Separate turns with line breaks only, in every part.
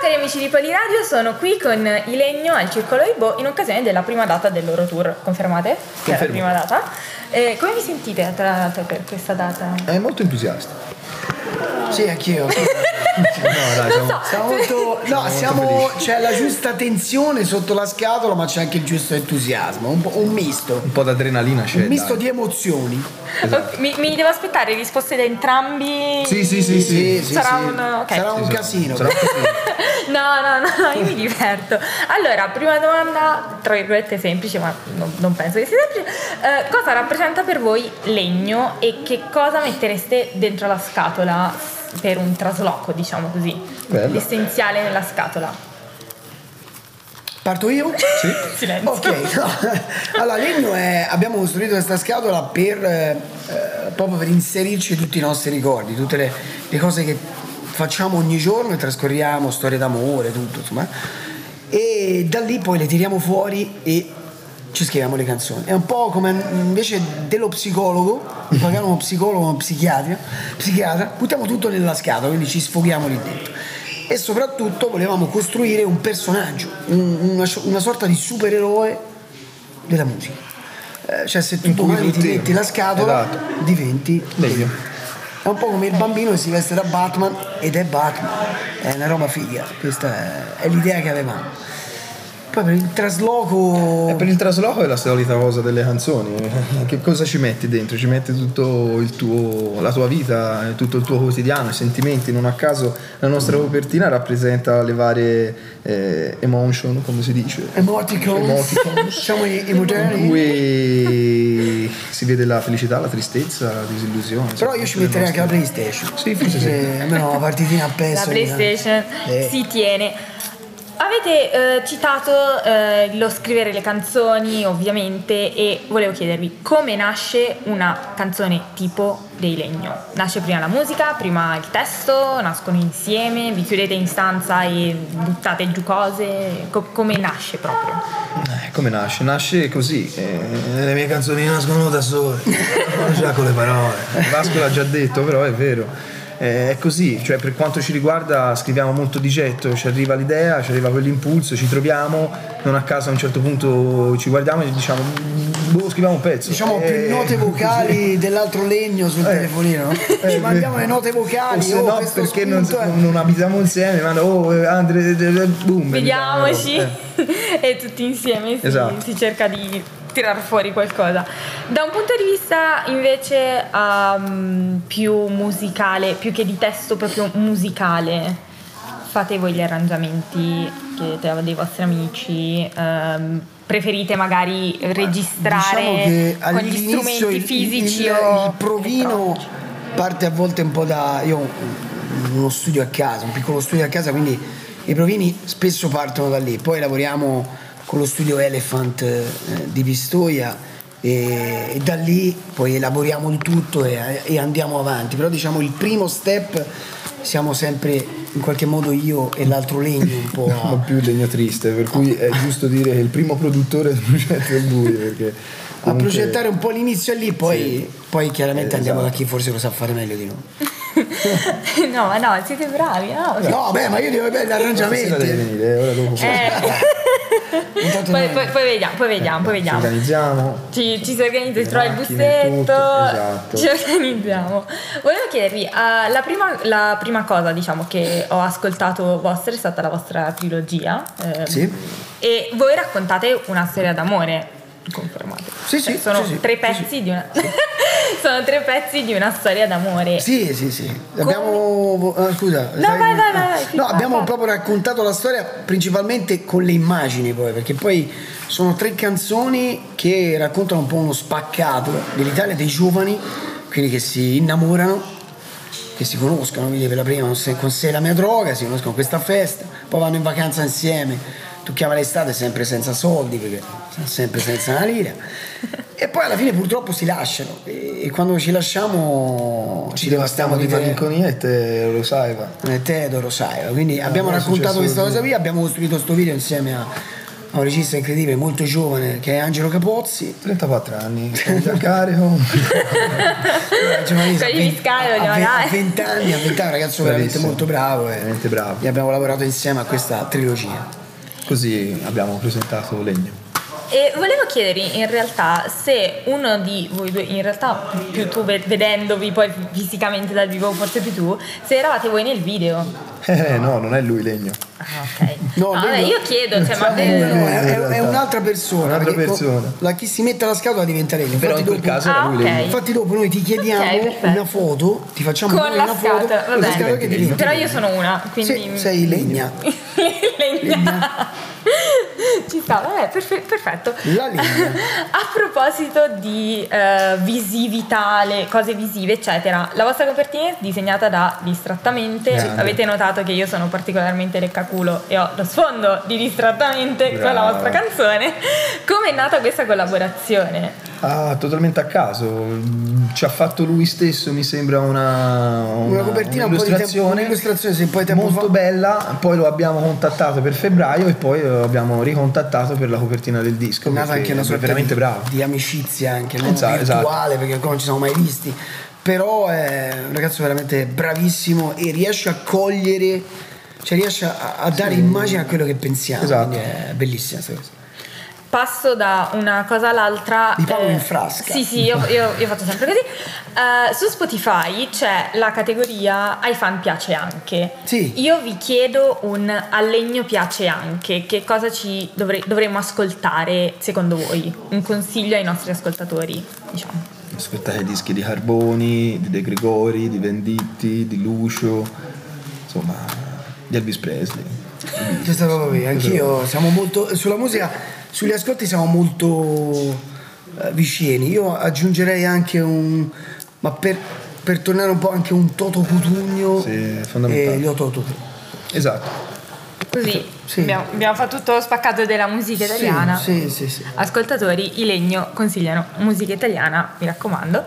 cari amici di Poliradio, sono qui con Ilegno al Circolo Ibo in occasione della prima data del loro tour. Confermate? Che è la
Confermo.
prima data. Eh, come vi sentite tra l'altro per questa data?
È molto entusiasta.
Sì, anch'io.
Non so,
Siamo molto. No, siamo. C'è la giusta tensione sotto la scatola, ma c'è anche il giusto entusiasmo. Un, po'- un misto.
Un po' d'adrenalina c'è.
Un misto
dai.
di emozioni.
Esatto.
mi, mi devo aspettare risposte da entrambi.
Sì, sì, sì, sì.
Sarà un- ok.
Sarà
Sì,
un
sì.
casino.
Sarà un casino.
No, no, no, io mi diverto. Allora, prima domanda, tra virgolette semplice, ma non, non penso che sia semplice. Eh, cosa rappresenta per voi legno e che cosa mettereste dentro la scatola per un trasloco, diciamo così?
Bello.
L'essenziale nella scatola.
Parto io?
Sì.
Silenzio.
Ok, no. allora legno è, abbiamo costruito questa scatola per, eh, eh, proprio per inserirci tutti i nostri ricordi, tutte le, le cose che facciamo ogni giorno e trascorriamo, storie d'amore, tutto insomma. E da lì poi le tiriamo fuori e ci scriviamo le canzoni. È un po' come invece dello psicologo, magari uno psicologo, uno psichiatra, psichiatra, buttiamo tutto nella scatola, quindi ci sfoghiamo lì dentro e soprattutto volevamo costruire un personaggio, un- una, una sorta di supereroe della musica. Eh, cioè se tu
In cui
domani ti
tutti-
metti la scatola
Esatto.
diventi
Meglio.
È un po' come il bambino che si veste da Batman ed è Batman, è una roba figa, questa è, è l'idea che avevamo. Poi per il trasloco...
E per il trasloco è la solita cosa delle canzoni. Che cosa ci metti dentro? Ci metti tutto il tuo, la tua vita, tutto il tuo quotidiano, i sentimenti. Non a caso la nostra
Mm.
copertina rappresenta le varie eh, emotion, come si dice.
Emoticons,
Emoticons.
siamo i, i
In
moderni.
cui si vede la felicità, la tristezza, la disillusione.
Però io ci metterei anche la PlayStation.
Sì, forse sì.
Eh, almeno una partitina a
La
PES. ogni tanto.
PlayStation
Eh.
si tiene. Avete eh, citato eh, lo scrivere le canzoni, ovviamente, e volevo chiedervi come nasce una canzone tipo dei legno. Nasce prima la musica, prima il testo, nascono insieme, vi chiudete in stanza e buttate giù cose, Co- come nasce proprio?
Eh, Come nasce? Nasce così. eh, le mie canzoni nascono da sole, non già con le parole. Vasco l'ha già detto, però è vero. Eh, è così, cioè per quanto ci riguarda scriviamo molto di getto, ci arriva l'idea, ci arriva quell'impulso, ci troviamo, non a caso a un certo punto ci guardiamo e diciamo, boh, scriviamo un pezzo.
Diciamo
Eh,
più note vocali dell'altro legno sul telefonino. Ci mandiamo le note vocali.
eh, o se
oh,
no
questo
perché non,
spunto è-
non abitiamo insieme, ma oh, eh, Andre, eh, eh, boom.
Vediamoci
eh.
e tutti insieme si,
Esatto.
si cerca di tirar fuori qualcosa. Da un punto di vista invece ehm, più musicale, più che di testo proprio musicale, fate voi gli arrangiamenti che tra- dei vostri amici? ehm, preferite magari registrare
Diciamo che
con gli
all'inizio
strumenti
il-
fisici
il, il,
o
il provino
elettronici?
parte a volte un po' da io ho un- uno studio a casa, un piccolo studio a casa, quindi i provini spesso partono da lì. Poi lavoriamo con lo studio Elephant eh, di Pistoia e, e da lì poi elaboriamo il tutto e, e andiamo avanti. Però diciamo il primo step siamo sempre in qualche modo io e l'altro legno un po' a-
Ah.
Non più legno triste, per cui è giusto dire che il primo produttore del progetto è lui, perché
a
comunque-
progettare un po' l'inizio e lì, poi, poi chiaramente
Eh,
andiamo da
esatto.
chi forse lo sa fare meglio di noi.
no, ma no, siete bravi, no?
No, beh, ma io devo bene
Stasera deve
l'arrangiamento.
venire, eh, ora dopo
Eh.
Intanto
poi,
noi-
poi- poi vediamo, poi vediamo, poi
ci
vediamo.
organizziamo.
Ci, ci si organizza, si
Le
trova il
macchine,
bussetto,
tutto, esatto.
ci organizziamo. Volevo chiedervi, eh, la, prima, la prima cosa diciamo che ho ascoltato vostra è stata la vostra trilogia. eh,
Sì.
E voi raccontate una storia d'amore, confermate.
Sì,
Cioè,
sì,
sono
sì, sì,
tre
sì,
pezzi di una... sono tre pezzi di una storia d'amore.
Sì, sì, sì. Abbiamo. ah, scusa.
No, vai, vai, vai,
No,
vai.
abbiamo proprio raccontato la storia principalmente con le immagini, poi, perché poi sono tre canzoni che raccontano un po' uno spaccato dell'Italia dei giovani, quindi che si innamorano. Che si conoscono, quindi per la prima se- con sé la mia droga, si conoscono a questa festa, poi vanno in vacanza insieme, tu chiama l'estate sempre senza soldi, perché sono sempre senza una lira. E poi alla fine purtroppo si lasciano e, e quando ci lasciamo
Ci devastiamo di
te-
malinconia e te lo sai, va.
eh, Te lo sai, quindi abbiamo
no, è
raccontato
successo
questa
così.
cosa qui, abbiamo costruito questo video insieme a a un regista incredibile, molto giovane, che è Angelo Capozzi.
34 anni, sono già carico.
Era giovanissimo,
Togli gli
a-
scale,
a,
vogliamo
a
dare.
20 anni, a 20 anni, un ragazzo veramente
Bravissimo.
molto bravo. E,
Veramente bravo.
e abbiamo lavorato insieme a questa trilogia.
Così abbiamo presentato Legno.
E volevo chiedervi in realtà se uno di voi due, in realtà più tu ve- vedendovi poi fisicamente dal vivo, forse più tu, se eravate voi nel video.
Eh no, non è lui Legno.
Ah, ok.
No,
Ah, vabbè,
lui no.
io chiedo, cioè, ma
Siamo in
Eh, No,
ve-
video.
è, è-
in
è
realtà.
un'altra persona.
Un'altra
perché co-
persona.
la, chi si mette alla scatola diventa lei. Infatti,
Però in quel
dopo-
caso era
Ah,
lui
ok.
Legno.
Infatti dopo noi ti chiediamo
Ok, perfetto.
una foto, ti facciamo
con
noi
la
una foto
scatola, va
con la scatola
bene.
che diventi.
Però io sono una,
Sì,
quindi
sei legna.
legna. Ci sta, vabbè, perfe- perfetto.
La legna.
A proposito di eh, visività, le cose visive, eccetera, la vostra copertina è disegnata da Distrattamente.
Grande.
Avete notato che io sono particolarmente leccaculo e ho lo sfondo di Distrattamente con la
Brava.
vostra canzone. Come è nata questa collaborazione?
Ah, totalmente a caso. Ci ha fatto lui stesso, mi sembra, una,
Una copertina un po' di tempo,
un'illustrazione
un'illustrazione sì, un po' di tempo
molto
fa.
bella. Poi lo abbiamo contattato per febbraio e poi lo abbiamo ricontattato per la copertina del disco.
È nata
perché
anche una
è
sorta
veramente
di,
bravo.
di amicizia anche non
Esatto,
virtuale perché ancora non ci siamo mai visti però è un ragazzo veramente bravissimo e riesce a cogliere cioè riesce a, a dare immagine a quello che pensiamo
Esatto.
quindi è bellissima questa cosa
Passo da una cosa all'altra. eh,
Di Paolo in frasca.
Sì, sì, io, io- io faccio sempre così. Eh, su Spotify c'è la categoria ai fan piace anche.
Sì.
Io vi chiedo un allegno piace anche. Che cosa ci dovre- dovremmo ascoltare secondo voi? Un consiglio ai nostri ascoltatori, diciamo.
Ascoltate i dischi di Carboni, di De Gregori, di Venditti, di Lucio, insomma, di Elvis Presley.
Questa roba qui, anch'io siamo molto sulla musica, sugli ascolti siamo molto eh, vicini. Io aggiungerei anche un ma per, per tornare un po' anche un Toto Cutugno
Sì, è fondamentale.
e gli Toto.
Esatto.
Così
Sì.
abbiamo, abbiamo fatto tutto lo spaccato della musica italiana.
Sì, sì, sì, sì.
Ascoltatori, i legno consigliano musica italiana, mi raccomando.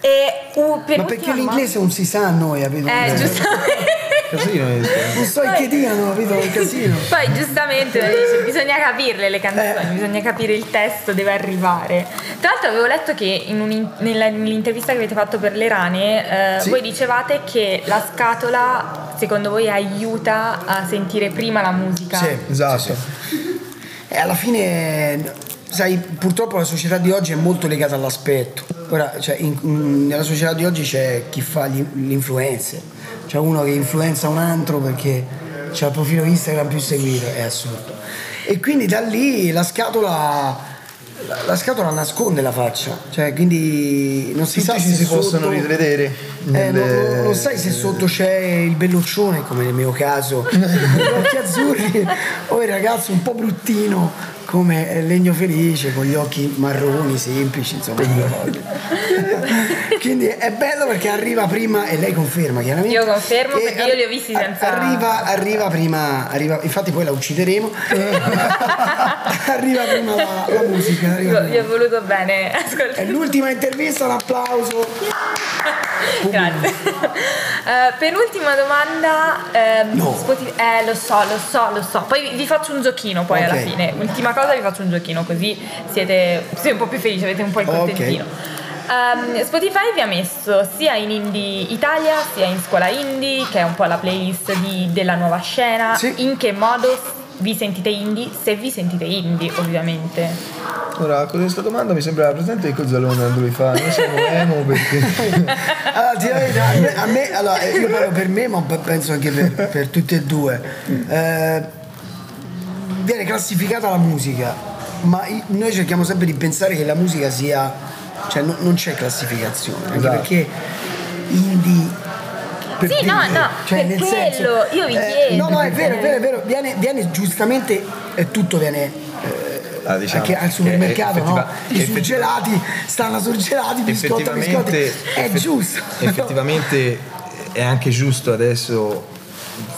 E uh, per
Ma perché l'inglese non si sa a noi, capito?
Eh, giustamente.
Casino. eh.
Non so il che diano, capito? È un casino.
Poi giustamente
Eh.
dice, bisogna capirle le canzoni, bisogna capire il testo, deve arrivare. Tra l'altro avevo letto che in un'in- nella- nell'intervista che avete fatto per le rane, eh,
Sì.
voi dicevate che la scatola secondo voi aiuta a sentire prima la musica.
Sì.
Esatto.
E alla fine, sai, purtroppo la società di oggi è molto legata all'aspetto. Ora, cioè, in- in- nella società di oggi c'è chi fa gli, l'influencer, c'è uno che influenza un altro perché c'ha il profilo Instagram più seguito, è assurdo. E quindi da lì la scatola. La, la scatola nasconde la faccia, cioè quindi non si sa
Tutti
se
ci si
sotto-
possono rivedere.
Eh, non,
nelle-
non- non sai se sotto c'è il belluccione, come nel mio caso, con gli occhi azzurri, o il ragazzo un po' bruttino, come eh, Legno Felice, con gli occhi marroni, semplici, insomma. Quindi è bello perché arriva prima, e lei conferma chiaramente.
Io confermo
che
perché
ar-
io li ho visti
a-
senza-
Arriva, arriva prima, arriva- infatti poi la uccideremo. arriva prima la, la musica. arriva
Vi
prima.
ho voluto bene, ascoltate.
È l'ultima intervista, un applauso.
Grazie. Eh, penultima domanda. ehm,
No.
Spotify- eh, lo so, lo so, lo so. Poi vi- vi faccio un giochino poi
Ok.
alla fine. Ultima cosa vi faccio un giochino così siete, siete un po' più felici, avete un po' il
Ok.
contentino. Ehm, Spotify vi ha messo sia in Indie Italia sia in Scuola Indie, che è un po' la playlist di- della nuova scena.
Sì.
In che modo vi sentite indie? Se vi sentite indie, ovviamente.
Ora, con questa domanda mi sembra presente che Cozzalone dove fa. Noi siamo emo perché.
Allora, ti dico la verità, a me, a me- allora, eh, io parlo per me, ma p- penso anche per, per tutti e due. Eh, viene classificata la musica, ma i- noi cerchiamo sempre di pensare che la musica sia. cioè no- non c'è classificazione, anche
Esatto.
perché indie. per
Sì, no,
dire, cioè,
no, per
nel
quello, io vi chiedo,
No, no, è vero, è
eh.
vero, è vero, viene, viene giustamente, eh, tutto viene
Ah, diciamo
anche
che
al supermercato,
effettiva-
no? I
effettiva-
surgelati stanno surgelati, biscotti, biscotti.
effettivamente,
È
effe-
giusto. no?
effettivamente è anche giusto adesso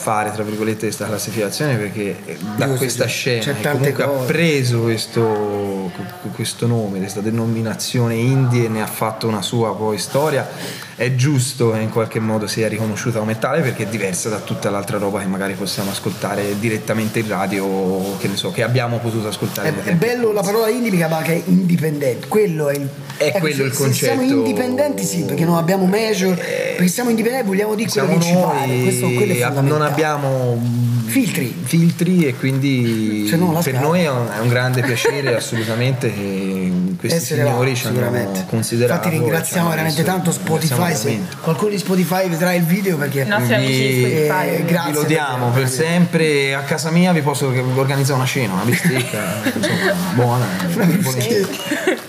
fare, tra virgolette, questa classificazione perché da
Io sì,
questa
c'è-
scena
c'è
che
tante
comunque ha
cose.
preso questo, questo nome, questa denominazione indie e ne ha fatto una sua poi storia, è giusto che in qualche modo sia riconosciuta come tale perché è diversa da tutta l'altra roba che magari possiamo ascoltare direttamente in radio o che ne so, che abbiamo potuto ascoltare.
È,
nei
è
tempi
bello la parola indica, ma che è indipendente. Quello è il,
È
ecco,
quello
se-
il
Se
concetto. Eh,
siamo indipendenti, sì, perché non abbiamo major, perché siamo indipendenti vogliamo dire
siamo
quello che ci pare.
noi,
Questo, quello è
ab-
fondamentale.
non abbiamo
Filtri.
filtri e quindi
Se Cioè, no, la
per
scala.
noi è un, è un grande piacere assolutamente che questi
Essere là,
signori ci hanno
sicuramente.
considerato.
Infatti ringraziamo
e ci hanno
veramente
messo-
tanto Spotify.
ringraziamo
Se qualcuno di Spotify vedrà il video perché
No, nostri amici di
Vi-
Spotify.
eh, grazie.
Vi lodiamo per
veramente.
sempre. A casa mia vi posso organizzare una cena, una bistecca insomma, buona. volentieri.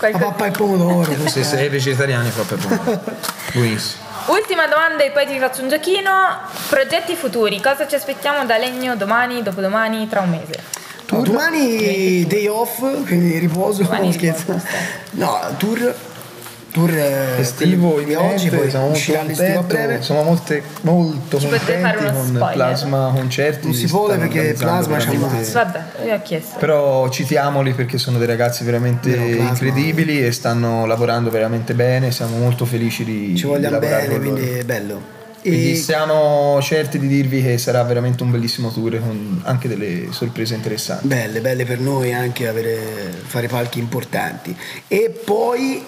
la pappa e pomodoro.
Se sei vegetariano fa per buono. Buonissimo.
Ultima domanda e poi ti faccio un giochino. Progetti futuri, cosa ci aspettiamo da legno domani, dopodomani, tra un mese?
No, domani day off, quindi riposo,
Domani
non scherzo. No, tour. Tour eh,
Estivo
di oggi,
imminente,
poi
siamo molto
uscirà l'estivo a
contenti,
breve.
siamo molte- molto
Ci potete fare
contenti
uno
con
spoiler?
Plasma Concerti.
Non si vuole
stanno
perché
organizzando
Plasma ci
veramente-
ammazza.
Vabbè, io ho chiesto.
Però citiamoli perché sono dei ragazzi veramente
Vero, Plasma.
incredibili e stanno lavorando veramente bene, siamo molto felici di, di
Ci vogliamo
lavorare
bene,
con loro.
quindi è bello.
Quindi
E
siamo certi di dirvi che sarà veramente un bellissimo tour con anche delle sorprese interessanti.
belle, belle per noi anche avere, fare palchi importanti. E poi,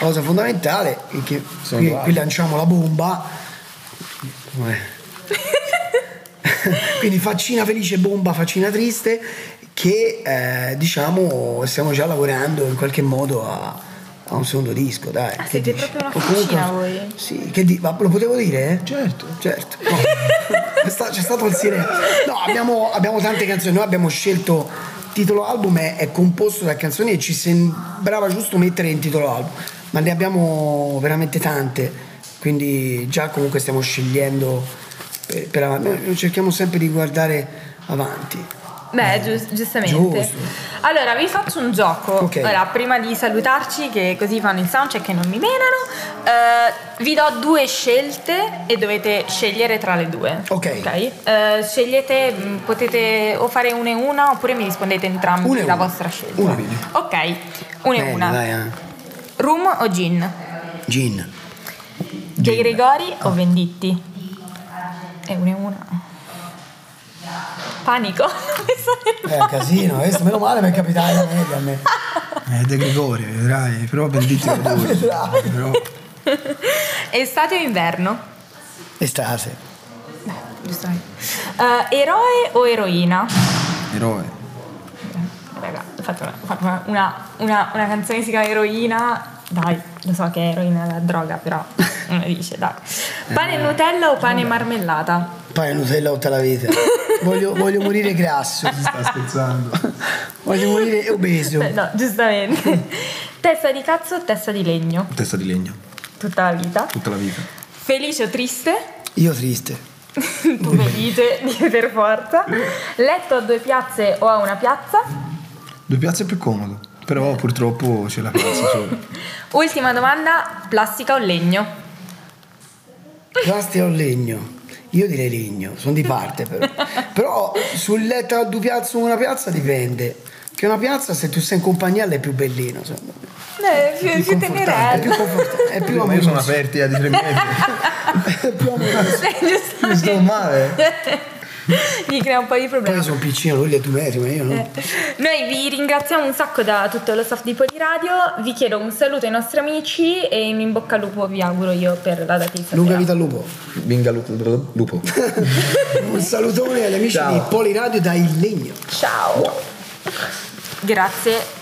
cosa fondamentale, è che
Sono
qui,
bravo.
qui lanciamo la bomba. Com'è? Quindi faccina felice, bomba, faccina triste, che eh, diciamo stiamo già lavorando in qualche modo a, a un secondo disco, dai. che
Ah, siete
dici?
proprio una
O comunque-
faccina voi.
Sì, che di- ma lo potevo dire? eh?
Certo.
Certo, no. c'è, sta- c'è stato il silenzio. No, abbiamo, abbiamo tante canzoni, noi abbiamo scelto titolo album è, è composto da canzoni e ci sembrava giusto mettere in titolo album, ma ne abbiamo veramente tante, quindi già comunque stiamo scegliendo per, per avanti. Noi cerchiamo sempre di guardare avanti.
Beh, gius- giustamente.
Eh, Giusto.
Allora, vi faccio un gioco.
Ok.
Allora, prima di salutarci, che così fanno il soundcheck e non mi menano, eh, vi do due scelte e dovete scegliere tra le due.
Ok.
Ok? Eh, scegliete, mh, potete o fare una e una oppure mi rispondete entrambi
Una e
la
una.
vostra scelta.
Una.
Ok, una e
Bene,
una.
dai, eh.
Rum o gin?
Gin,
De Gregori o Venditti? E una e una. Panico. Eh.
è un Eh, casino, questo, meno male mi è capitato meglio eh, a me.
È
Eh,
De Gregori, vedrai, però bendito
Vedrai.
Estate o inverno?
Estate,
Giustamente. Eh, eroe o eroina?
Eroe.
Raga, ho fatto una, ho fatto una- una- una- una canzone che si chiama Eroina. Dai, lo so che è eroina è la droga, però non mi dice, dai. Pane e Nutella o pane e marmellata?
pane e Nutella tutta la vita. Voglio, voglio morire grasso.
Sta scherzando.
Voglio morire obeso.
Eh, No, giustamente. testa di cazzo o testa di legno?
Testa di legno,
Tutta la vita.
tutta la vita.
Felice o triste?
Io triste.
tu felice, di per forza. Letto a due piazze o a una piazza?
Due piazze è più comodo, però purtroppo c'è la piazza solo.
Ultima domanda, plastica o legno?
Plastica o legno? Io direi legno, sono di parte però. però sul letto a due piazze o una piazza dipende. Che una piazza se tu sei in compagnia lei è più bellino, secondo me.
Eh, più, più
È più
tenerello.
confortante, è più
Ma io sono una
amoroso.
perdita di tre metri.
È più amoroso.
Giustamente.
Mi sto male.
Gli crea un po' di
Poi io
problemi.
sono piccino, lui è due metri, ma io no.
Noi vi ringraziamo un sacco da tutto lo staff di Poliradio, vi chiedo un saluto ai nostri amici e un in bocca al lupo vi auguro io per la data di stasera.
Lunga vita al lupo.
Binga lupo. lupo.
Un salutone agli amici
Ciao.
di Poliradio da Il Legno.
Ciao. Grazie